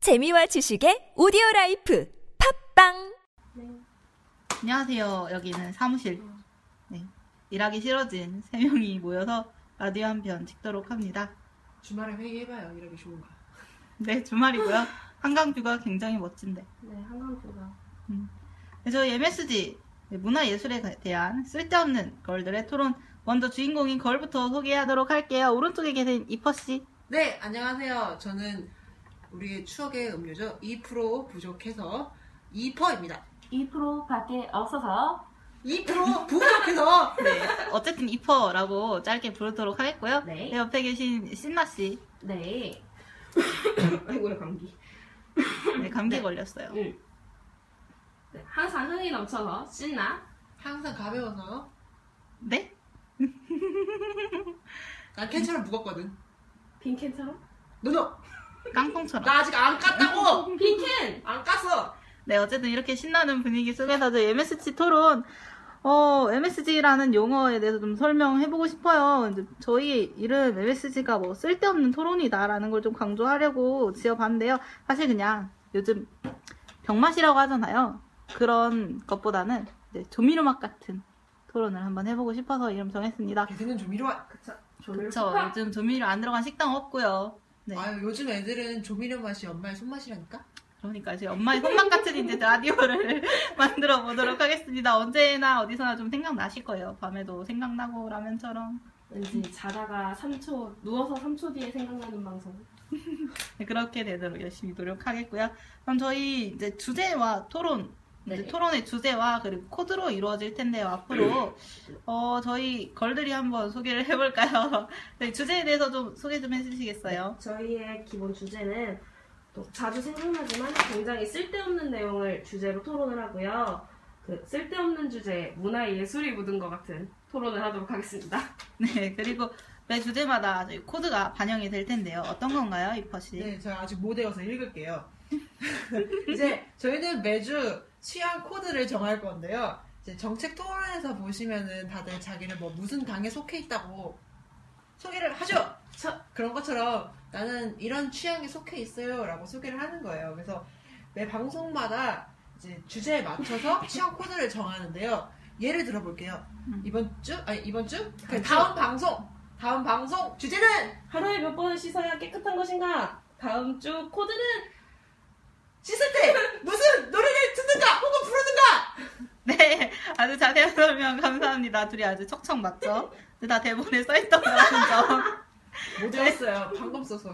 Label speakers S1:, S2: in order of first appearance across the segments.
S1: 재미와 지식의 오디오 라이프 팝빵
S2: 안녕하세요. 여기는 사무실. 네. 일하기 싫어진 세 명이 모여서 라디오 한 편 찍도록 합니다.
S3: 주말에 회의해봐요. 이러기 좋은 거.
S2: 네, 주말이고요. 한강뷰가 굉장히 멋진데. 음,
S3: 네, 한강뷰가.
S2: 그래서 MSG, 네, 문화예술에 가- 대한 쓸데없는 걸들의 토론. 먼저 주인공인 걸부터 소개하도록 할게요. 오른쪽에 계신 이퍼씨.
S3: 네, 안녕하세요. 저는 우리의 추억의 음료죠. 2% 부족해서 2%입니다.
S4: 2%밖에 없어서
S3: 2% 부족해서
S2: 네. 어쨌든 이퍼라고 짧게 부르도록 하겠고요.
S4: 네.
S2: 네, 옆에 계신 신나씨.
S4: 네
S5: 아이고야 감기.
S2: 네, 감기
S4: 네.
S2: 걸렸어요.
S5: 응. 네, 항상 흥이 넘쳐서 신나.
S3: 항상 가벼워서
S2: 네?
S3: 난 캔처럼 무겁거든.
S5: 빈캔처럼?
S3: 노노!
S2: 깡통처럼.
S3: 나 아직 안 깠다고!
S5: 빈캔!
S3: 안 깠어!
S2: 네, 어쨌든 이렇게 신나는 분위기 속에서도 MSG 토론, 어, MSG라는 용어에 대해서 좀 설명해보고 싶어요. 이제 저희 이름 MSG가 뭐 쓸데없는 토론이다라는 걸 좀 강조하려고 지어봤는데요. 사실 그냥 요즘 병맛이라고 하잖아요. 그런 것보다는 이제 조미료 맛 같은 토론을 한번 해보고 싶어서 이름 정했습니다.
S3: 개새는 아, 조미료. 와-
S5: 조를
S2: 그쵸. 요즘 조미료 안 들어간 식당 없고요. 네.
S3: 아유, 요즘 애들은 조미료 맛이 엄마의 손맛이라니까?
S2: 그러니까 이제 엄마의 손맛 같은 이제 라디오를 만들어 보도록 하겠습니다. 언제나 어디서나 좀 생각나실 거예요. 밤에도 생각나고 라면처럼
S5: 왠지 자다가 3초, 누워서 3초 뒤에 생각나는 방송.
S2: 네, 그렇게 되도록 열심히 노력하겠고요. 그럼 저희 이제 주제와 토론 이제
S5: 네.
S2: 토론의 주제와 그리고 코드로 이루어질 텐데요. 앞으로 어, 저희 걸들이 한번 소개를 해볼까요? 네, 주제에 대해서 좀 소개 좀 해주시겠어요?
S5: 저희의 기본 주제는 또 자주 생각나지만 굉장히 쓸데없는 내용을 주제로 토론을 하고요. 그 쓸데없는 주제, 문화 예술이 묻은 것 같은 토론을 하도록 하겠습니다.
S2: 네 그리고 매 주제마다 저희 코드가 반영이 될 텐데요. 어떤 건가요, 이퍼 씨?
S3: 네, 제가 아직 못 외워서 읽을게요. 이제 저희는 매주 취향 코드를 정할 건데요. 이제 정책 토론에서 보시면은 다들 자기를 뭐 무슨 당에 속해 있다고 소개를 하죠. 저- 그런 것처럼 나는 이런 취향에 속해 있어요라고 소개를 하는 거예요. 그래서 매 방송마다 이제 주제에 맞춰서 취향 코드를 정하는데요. 예를 들어볼게요.
S2: 음.
S3: 이번 주 아니 이번 주 그 다음 방송 다음 방송 주제는
S5: 하루에 몇 번을 씻어야 깨끗한 것인가? 다음 주 코드는
S3: 씻을 때 무슨 노래를 듣는가 혹은 부르는가
S2: 네, 아주 자세한 설명 감사합니다. 둘이 아주 척척 맞죠? 근데 다 대본에 써있던 거라는 점.
S3: 못 외웠어요 방금 써서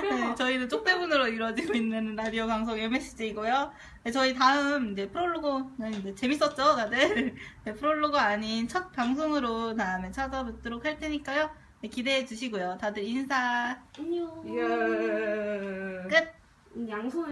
S2: 네,
S5: 어려워.
S2: 저희는 쪽대본으로 이루어지고 있는 라디오 방송 MSG이고요. 네, 저희 다음 이제 프롤로그는 이제 재밌었죠, 다들? 네, 프롤로그 아닌 첫 방송으로 다음에 찾아뵙도록 할 테니까요. 네, 기대해 주시고요. 다들 인사.
S5: 안녕.
S3: 예.
S2: 끝!
S5: 음, 양손